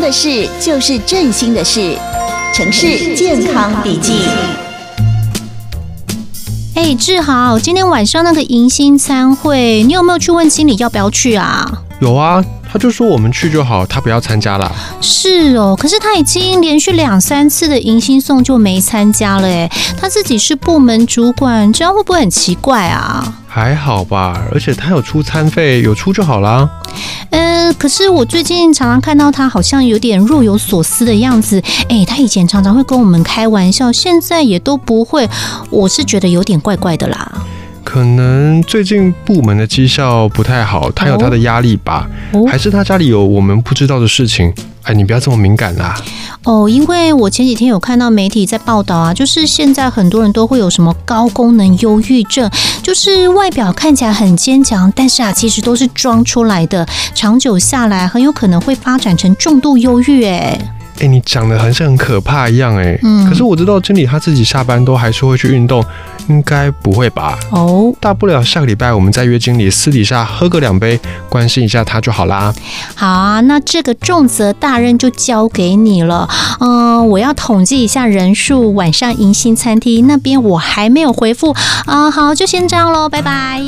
的事就是振兴的事，城市健康笔记。哎，志豪，今天晚上那个迎新餐会，你有没有去问经理要不要去啊？有啊，他就说我们去就好，他不要参加啦。是哦，可是他已经连续两三次的迎新送就没参加了，哎，他自己是部门主管，这样会不会很奇怪啊？还好吧，而且他有出餐费，有出就好啦。呃，可是我最近常常看到他好像有点若有所思的样子，哎，他以前常常会跟我们开玩笑，现在也都不会，我是觉得有点怪怪的啦。可能最近部门的绩效不太好，他有他的压力吧，哦还是他家里有我们不知道的事情？哎，你不要这么敏感啦。哦，因为我前几天有看到媒体在报道啊，就是现在很多人都会有什么高功能忧郁症，就是外表看起来很坚强，但是啊，其实都是装出来的，长久下来很有可能会发展成重度忧郁。哎，哎、你讲的好像很可怕一样哎、嗯可是我知道经理他自己下班都还是会去运动，应该不会吧？哦，大不了下个礼拜我们再约经理私底下喝个两杯，关心一下他就好啦。好啊，那这个重责大任就交给你了。嗯、我要统计一下人数，晚上迎新餐厅那边我还没有回复啊、好，就先这样喽，拜拜。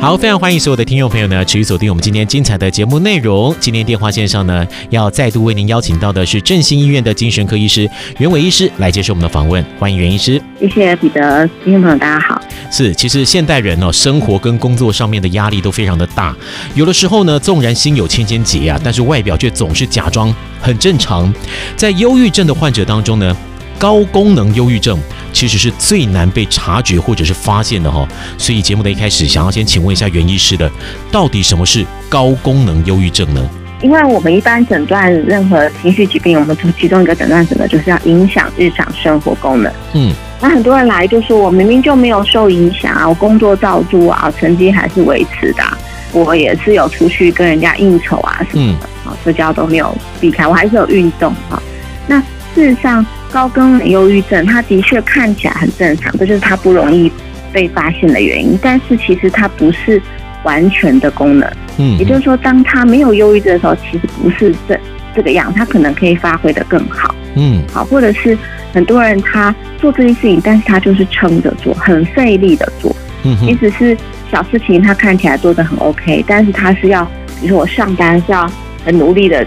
好，非常欢迎所有的听众朋友呢，持续锁定我们今天精彩的节目内容。今天电话线上呢，要再度为您邀请到的是振兴医院的精神科医师袁伟医师来接受我们的访问，欢迎袁医师。谢谢彼得，听众朋友大家好。是，其实现代人哦，生活跟工作上面的压力都非常的大，有的时候呢，纵然心有千千结啊，但是外表却总是假装很正常。在忧郁症的患者当中呢，高功能忧郁症其实是最难被察觉或者是发现的哈、哦。所以节目的一开始，想要先请问一下袁医师的，到底什么是高功能忧郁症呢？因为我们一般诊断任何情绪疾病，我们从其中一个诊断什么，就是要影响日常生活功能。嗯，那很多人来就说，我明明就没有受影响啊，我工作照做啊，成绩还是维持的啊、我也是有出去跟人家应酬啊什嗯么的，啊、社交都没有避开，我还是有运动啊。那事实上，高功能忧郁症它的确看起来很正常，这就是它不容易被发现的原因。但是其实它不是完全的功能。嗯也就是说，当他没有忧郁症的时候，其实不是这这个样，他可能可以发挥的更好，嗯好，或者是很多人他做这件事情，但是他就是撑着做，很费力的做，嗯即哼使是小事情，他看起来做的很 OK，但是他是要，比如说我上班是要很努力的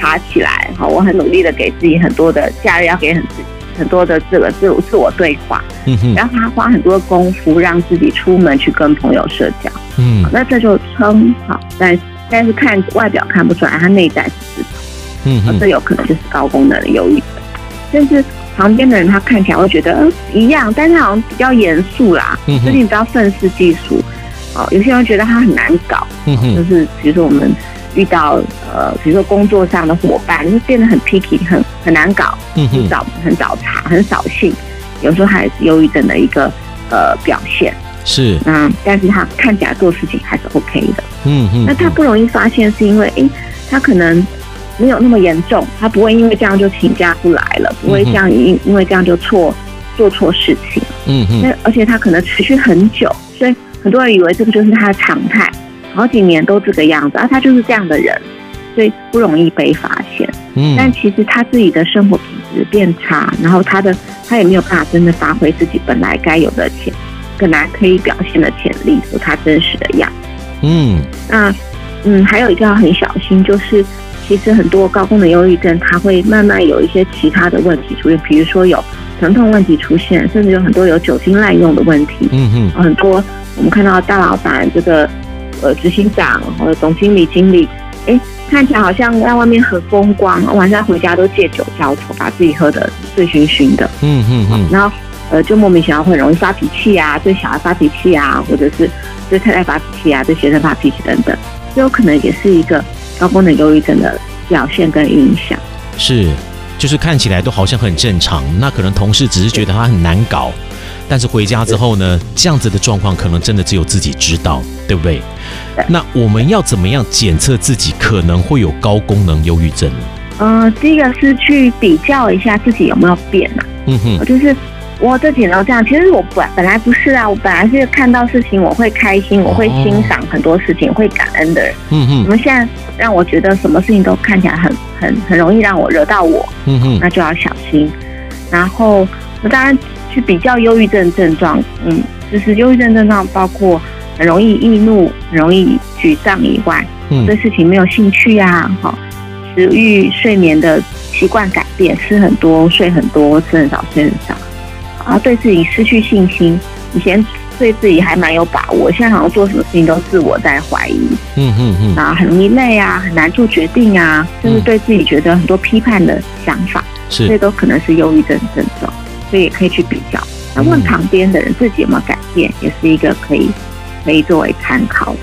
爬起来，好，我很努力的给自己很多的假日要给很自很多的这个自我自我对话，嗯哼然后他花很多功夫让自己出门去跟朋友社交。嗯那这就称好，但但是看外表看不出来，他内在是知嗯道，哼这有可能就是高功能的忧郁症。但是旁边的人他看起来会觉得、呃一样，但是好像比较严肃啦，嗯最哼近比较愤世嫉俗。哦，有些人觉得他很难搞，嗯就哼是比如说我们遇到呃，比如说工作上的伙伴，就是变得很 picky，很很难搞，嗯很哼，找很找茬，很扫兴，有时候还是忧郁症的一个呃表现。是，那但是他看起来做事情还是 OK 的。嗯哼，那他不容易发现，是因为诶，他可能没有那么严重，他不会因为这样就请假不来了，不会这样因因为这样就错做错事情。嗯哼，那而且他可能持续很久，所以很多人以为这个就是他的常态，好几年都这个样子，啊，他就是这样的人，所以不容易被发现。嗯但其实他自己的生活品质变差，然后他的他也没有办法真的发挥自己本来该有的潜，本来可以表现的潜力和他真实的样子。嗯那嗯，还有一个要很小心，就是其实很多高功能忧郁症，它会慢慢有一些其他的问题出现，比如说有疼痛问题出现，甚至有很多有酒精滥用的问题。嗯哼。很多我们看到大老板这个呃执行长或者总经理、经理，哎，看起来好像在外面很风光，晚上回家都借酒浇愁，把自己喝得醉醺醺的。嗯嗯嗯然后呃就莫名其妙会容易发脾气啊，对小孩发脾气啊，或者是对太太发脾气啊，对学生发脾气等等，这有可能也是一个高功能忧郁症的表现跟影响。是，就是看起来都好像很正常，那可能同事只是觉得他很难搞，但是回家之后呢，这样子的状况可能真的只有自己知道，对不对对？那我们要怎么样检测自己可能会有高功能忧郁症呢？呃嗯、第一个是去比较一下自己有没有变啊，嗯哼，就是。我这几能这样。其实我本本来不是啊，我本来是看到事情我会开心，我会欣赏很多事情，会感恩的人。嗯我哼们现在让我觉得什么事情都看起来很很很容易让我惹到我，嗯哼，那就要小心。然后我当然去比较忧郁症症状，嗯，就是忧郁症症状包括很容易易怒、很容易沮丧以外，嗯对事情没有兴趣呀、哈、食欲、睡眠的习惯改变，吃很多、睡很多、吃很少、睡很少，然后对自己失去信心，以前。对自己还蛮有把握，现在好像做什么事情都自我在怀疑，嗯哼哼，然后很容易累啊，很难做决定啊，甚至对自己觉得很多批判的想法。这是，都可能是忧郁症症状，所以也可以去比较。那问旁边的人自己有没有改变，也是一个可以可以作为参考的。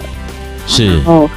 是然，后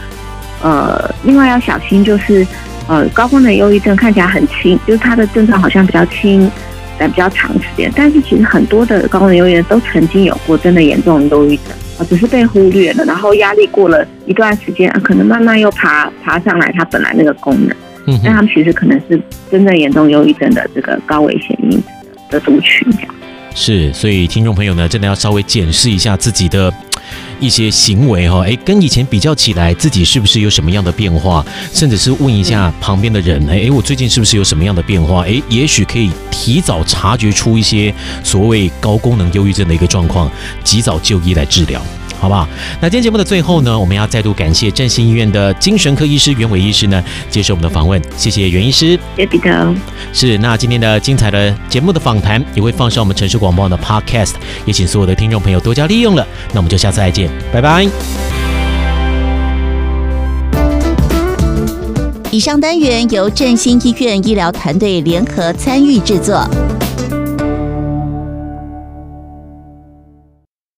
呃，另外要小心就是呃，高功能忧郁症看起来很轻，就是它的症状好像比较轻，但比较长时间。但是其实很多的高功能忧郁症都曾经有过真的严重的忧郁症。啊，只是被忽略了，然后压力过了一段时间，啊、可能慢慢又爬爬上来，它本来那个功能。嗯那哼，他们其实可能是真正严重忧郁症的这个高危险因子的族群，这样。是，所以听众朋友呢，真的要稍微检视一下自己的。呃一些行为哈，诶，跟以前比较起来，自己是不是有什么样的变化？甚至是问一下旁边的人，诶，诶我最近是不是有什么样的变化？诶，也许可以提早察觉出一些所谓高功能忧郁症的一个状况，及早就医来治疗，好不好？那今天节目的最后呢，我们要再度感谢振兴医院的精神科医师袁伟医师呢，接受我们的访问，谢谢袁医师。也比较是，那今天的精彩的节目的访谈也会放上我们城市广播网的 Podcast，也请所有的听众朋友多加利用了。那我们就下次再见，拜拜。以上单元由振兴医院医疗团队联合参与制作。